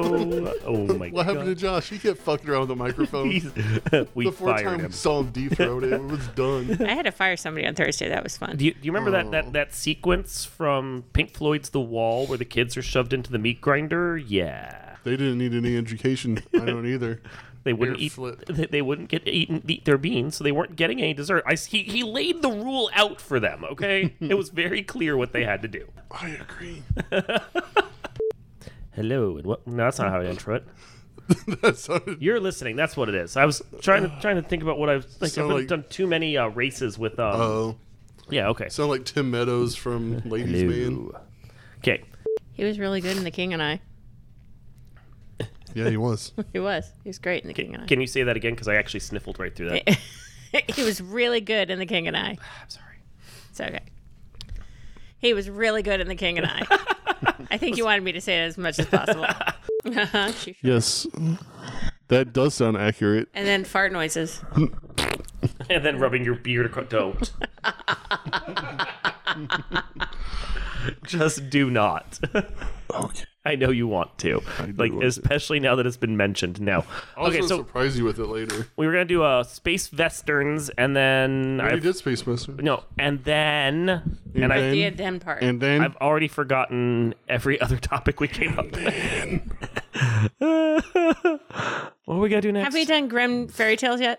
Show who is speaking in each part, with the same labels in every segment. Speaker 1: Oh, oh my
Speaker 2: What happened to
Speaker 1: god.
Speaker 2: Josh? uh, He kept fucking around with the microphone.
Speaker 1: He's- we
Speaker 2: the fourth
Speaker 1: fired
Speaker 2: time
Speaker 1: him.
Speaker 2: we saw him dethrone it, it was done.
Speaker 3: I had to fire somebody on Thursday. That was fun.
Speaker 1: Do you, do you remember that,
Speaker 2: Oh.
Speaker 1: that, that sequence from Pink Floyd's The Wall where the kids are shoved into the meat grinder? Yeah.
Speaker 2: They didn't need any education. I don't either.
Speaker 1: They wouldn't
Speaker 2: Ear
Speaker 1: eat.
Speaker 2: flip.
Speaker 1: They, they wouldn't get eaten eat their beans, so they weren't getting any dessert. I s- he, he laid the rule out for them. Okay, it was very clear what they had to do.
Speaker 2: I agree.
Speaker 1: Hello, and what? No, that's not how I intro it.
Speaker 2: that sounded
Speaker 1: You're listening. That's what it is. I was trying to trying to think about what I've like.
Speaker 2: So,
Speaker 1: I've
Speaker 2: like-
Speaker 1: done too many uh, races with. Um,
Speaker 2: oh,
Speaker 1: yeah. Okay.
Speaker 2: sound like Tim Meadows from Ladies Man.
Speaker 1: Okay.
Speaker 3: He was really good in The King and I.
Speaker 2: Yeah, he was.
Speaker 3: He was. He was great in The King and I.
Speaker 1: Can you say that again? Because I actually sniffled right through that.
Speaker 3: he was really good in The King and I.
Speaker 1: I'm sorry.
Speaker 3: It's okay. He was really good in The King and I. I think you wanted me to say it as much as possible. Uh-huh. She-
Speaker 2: Yes, that does sound accurate.
Speaker 3: and then fart noises.
Speaker 1: and then rubbing your beard. Across. Don't. Just do not.
Speaker 2: Okay.
Speaker 1: I know you want to. Like
Speaker 2: want to.
Speaker 1: especially now that it's been mentioned. Now,
Speaker 2: I'll
Speaker 1: okay, so
Speaker 2: also surprise you with it later.
Speaker 1: we were gonna do uh, space westerns, and then
Speaker 2: I
Speaker 1: I
Speaker 2: did Space Master.
Speaker 1: no, and then and, I.
Speaker 2: then-
Speaker 3: The then part.
Speaker 2: And then
Speaker 1: I've already forgotten every other topic we came up with. what are we gonna do next?
Speaker 3: Have we done Grim Fairy Tales yet?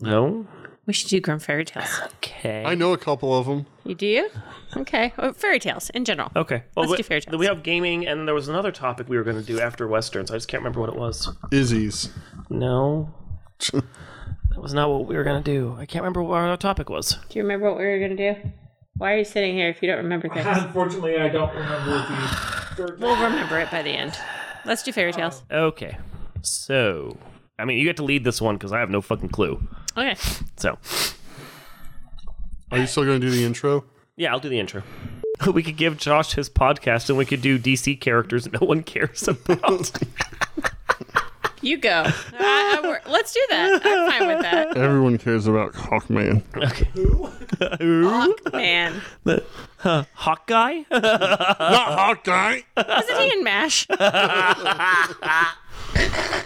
Speaker 1: no.
Speaker 3: We should do Grim Fairy Tales.
Speaker 1: Okay.
Speaker 2: I know a couple of them.
Speaker 3: You do? you? Okay. Or fairy tales in general.
Speaker 1: Okay. Well,
Speaker 3: Let's
Speaker 1: we,
Speaker 3: do fairy tales.
Speaker 1: we have gaming, and there was another topic we were going to do after westerns. I just can't remember what it was.
Speaker 2: Izzy's.
Speaker 1: No, that was not what we were going to do. I can't remember what our topic was.
Speaker 3: Do you remember what we were going to do? Why are you sitting here if you don't remember things?
Speaker 4: Unfortunately, I don't remember the.
Speaker 3: we'll remember it by the end. Let's do fairy tales.
Speaker 1: Okay. So, I mean, you get to lead this one because I have no fucking clue.
Speaker 4: Oh.
Speaker 3: Okay.
Speaker 1: So,
Speaker 2: Are you still going to do the intro?
Speaker 1: yeah, I'll do the intro. We could give Josh his podcast, and we could do DC characters no one cares about.
Speaker 3: You go. I, I wor- let's do that. I'm fine with that.
Speaker 2: Everyone cares about Hawkman.
Speaker 3: Fuck, man.
Speaker 1: Hawkeye?
Speaker 2: Not Hawkeye.
Speaker 3: Wasn't he in MASH?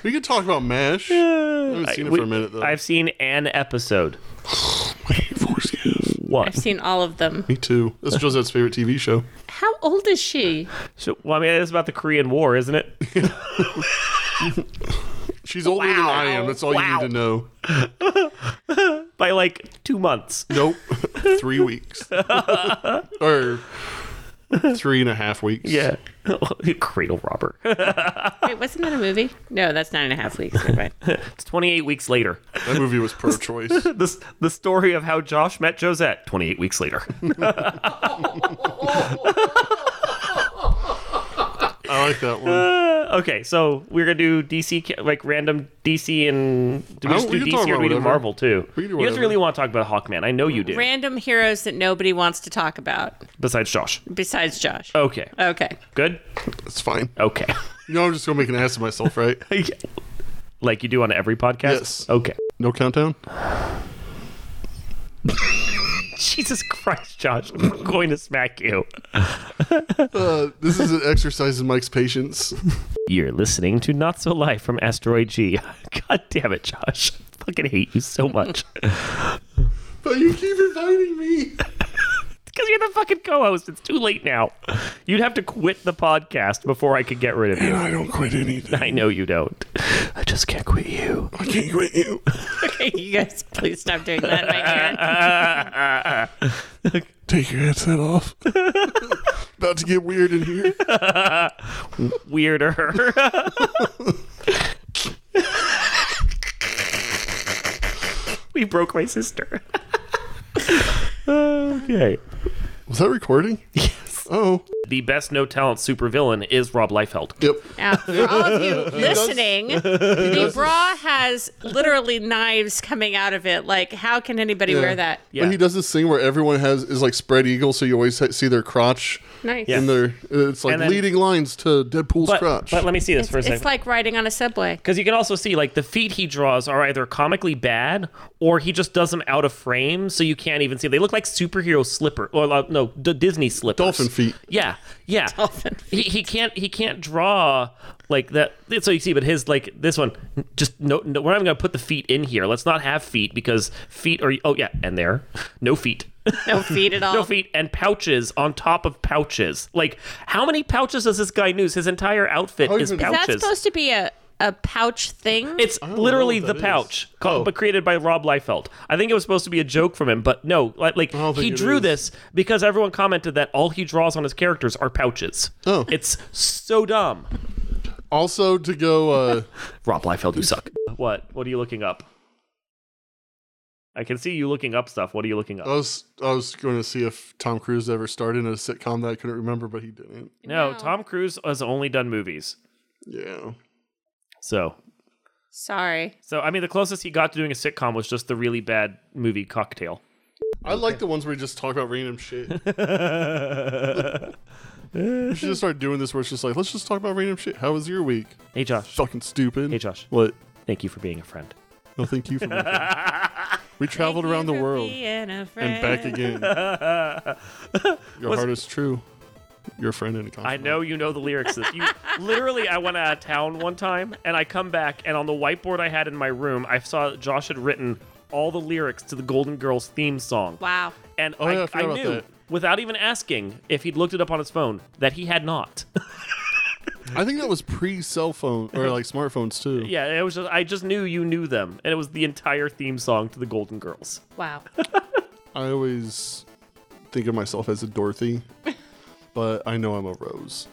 Speaker 2: We could talk about Mash. I haven't seen it for a minute though.
Speaker 1: I've seen an episode.
Speaker 2: Forgive.
Speaker 1: What?
Speaker 3: I've seen all of them.
Speaker 2: Me too. That's Josette's favorite TV show.
Speaker 3: How old is she?
Speaker 1: So, well, I mean, it's about the Korean War, isn't it?
Speaker 2: She's older than I am. That's all you need to know.
Speaker 1: By like two months.
Speaker 2: Nope. three weeks. or three and a half weeks.
Speaker 1: Yeah. Cradle robber.
Speaker 3: Wait, wasn't that a movie? No, that's nine and a half weeks. Never mind.
Speaker 1: it's 28 weeks later.
Speaker 2: That movie was pro choice.
Speaker 1: This the story of how Josh met Josette 28 weeks later.
Speaker 2: I like that one.
Speaker 1: Uh, okay, so we're going to do DC ca- like random DC and do we
Speaker 2: Oh,
Speaker 1: just do
Speaker 2: we can talk
Speaker 1: DC or do we do
Speaker 2: about whatever.
Speaker 1: Marvel too?
Speaker 2: We can
Speaker 1: you guys
Speaker 2: do whatever.
Speaker 1: really want to talk about Hawkman. I know you do.
Speaker 3: Random heroes that nobody wants to talk about
Speaker 1: besides Josh.
Speaker 3: besides Josh.
Speaker 4: Oh.
Speaker 1: Okay.
Speaker 3: Okay.
Speaker 1: Good?
Speaker 2: It's fine.
Speaker 1: Okay.
Speaker 2: You know, I'm just going to make an ass of myself, right?
Speaker 1: like you do on every podcast?
Speaker 2: Yes.
Speaker 1: Okay.
Speaker 2: No countdown?
Speaker 1: Jesus Christ, Josh. I'm going to smack you.
Speaker 2: Uh, this is an exercise in Mike's patience.
Speaker 1: You're listening to Not So Live from Asteroid G. God damn it, Josh. I fucking hate you so much.
Speaker 2: But you keep inviting me.
Speaker 1: Because you're the fucking co host. It's too late now. You'd have to quit the podcast before I could get rid of you.
Speaker 2: I don't quit anything.
Speaker 1: I know you don't. I just can't quit you.
Speaker 2: I can't quit you.
Speaker 3: Okay, you guys, please stop doing that. My Karen.
Speaker 2: Take your headset off. About to get weird in here.
Speaker 1: Weirder. we broke my sister. okay.
Speaker 2: Was that recording? Yes. Oh.
Speaker 1: The best no talent supervillain is Rob Liefeld.
Speaker 2: Yep.
Speaker 3: Now, for all of you listening, the bra has literally knives coming out of it. Like, how can anybody wear that?
Speaker 1: Yeah.
Speaker 2: But he does this thing where everyone has is like spread eagle, so you always ha- see their crotch
Speaker 3: Nice.
Speaker 2: and their. It's like
Speaker 1: And then-
Speaker 2: leading lines to Deadpool's
Speaker 1: But,
Speaker 2: crotch.
Speaker 1: but let me see this for a second.
Speaker 3: It's like riding on a subway.
Speaker 1: Because you can also see, like, the feet he draws are either comically bad or he just does them out of frame, so you can't even see. They look like superhero slipper, or uh, no, D- Disney slippers.
Speaker 2: Dolphin feet.
Speaker 1: Yeah, yeah.
Speaker 3: Dolphin
Speaker 1: He, he can't he can't draw like that. So you see, but his like this one, just no. no we're not even gonna put the feet in here. Let's not have feet because feet are. Oh yeah, and there, no feet.
Speaker 3: No feet at all.
Speaker 1: No feet and pouches on top of pouches. Like, how many pouches does this guy use? His entire outfit
Speaker 2: How
Speaker 1: is
Speaker 2: even- Is
Speaker 3: Is
Speaker 1: pouches.
Speaker 3: that supposed to be a, a pouch thing?
Speaker 1: It's
Speaker 2: don't know
Speaker 1: literally
Speaker 2: what
Speaker 1: the
Speaker 2: that is.
Speaker 1: pouch, called,
Speaker 2: Oh.
Speaker 1: but created by Rob Liefeld. I think it was supposed to be a joke from him, but no, like, like
Speaker 2: don't
Speaker 1: he
Speaker 2: think it
Speaker 1: drew
Speaker 2: is.
Speaker 1: this because everyone commented that all he draws on his characters are pouches.
Speaker 2: Oh.
Speaker 1: it's so dumb.
Speaker 2: Also, to go, uh,
Speaker 1: Rob Liefeld, you suck. What? What are you looking up? I can see you looking up stuff. What are you looking up?
Speaker 2: I was I was going to see if Tom Cruise ever starred in a sitcom that I couldn't remember, but he didn't.
Speaker 1: no,
Speaker 3: No.
Speaker 1: Tom Cruise has only done movies.
Speaker 2: Yeah,
Speaker 1: So,
Speaker 3: Sorry.
Speaker 1: so I mean, the closest he got to doing a sitcom was just the really bad movie Cocktail.
Speaker 2: I like the ones where you just talk about random shit. we should just start doing this where it's just like, let's just talk about random shit. How was your week?
Speaker 1: Hey, Josh.
Speaker 2: Fucking stupid.
Speaker 1: Hey, Josh.
Speaker 2: What?
Speaker 1: Thank you for being a friend.
Speaker 2: No, thank you for that. We traveled around the world and back again. Your heart is true. You're a friend and a
Speaker 1: I
Speaker 2: confidant.
Speaker 1: know you know the lyrics. to this. You literally, I went out of town one time, and I come back, and on the whiteboard I had in my room, I saw that Josh had written all the lyrics to the Golden Girls theme song,
Speaker 3: Wow.
Speaker 1: and
Speaker 2: Oh,
Speaker 1: I,
Speaker 2: yeah, I forgot
Speaker 1: I
Speaker 2: about
Speaker 1: knew
Speaker 2: that.
Speaker 1: without even asking if he'd looked it up on his phone that he had not.
Speaker 2: I think that was pre cell phone or like smartphones too.
Speaker 1: yeah, it was just I just knew you knew them, and it was the entire theme song to the Golden Girls.
Speaker 3: Wow.
Speaker 2: I always think of myself as a Dorothy, but I know I'm a Rose.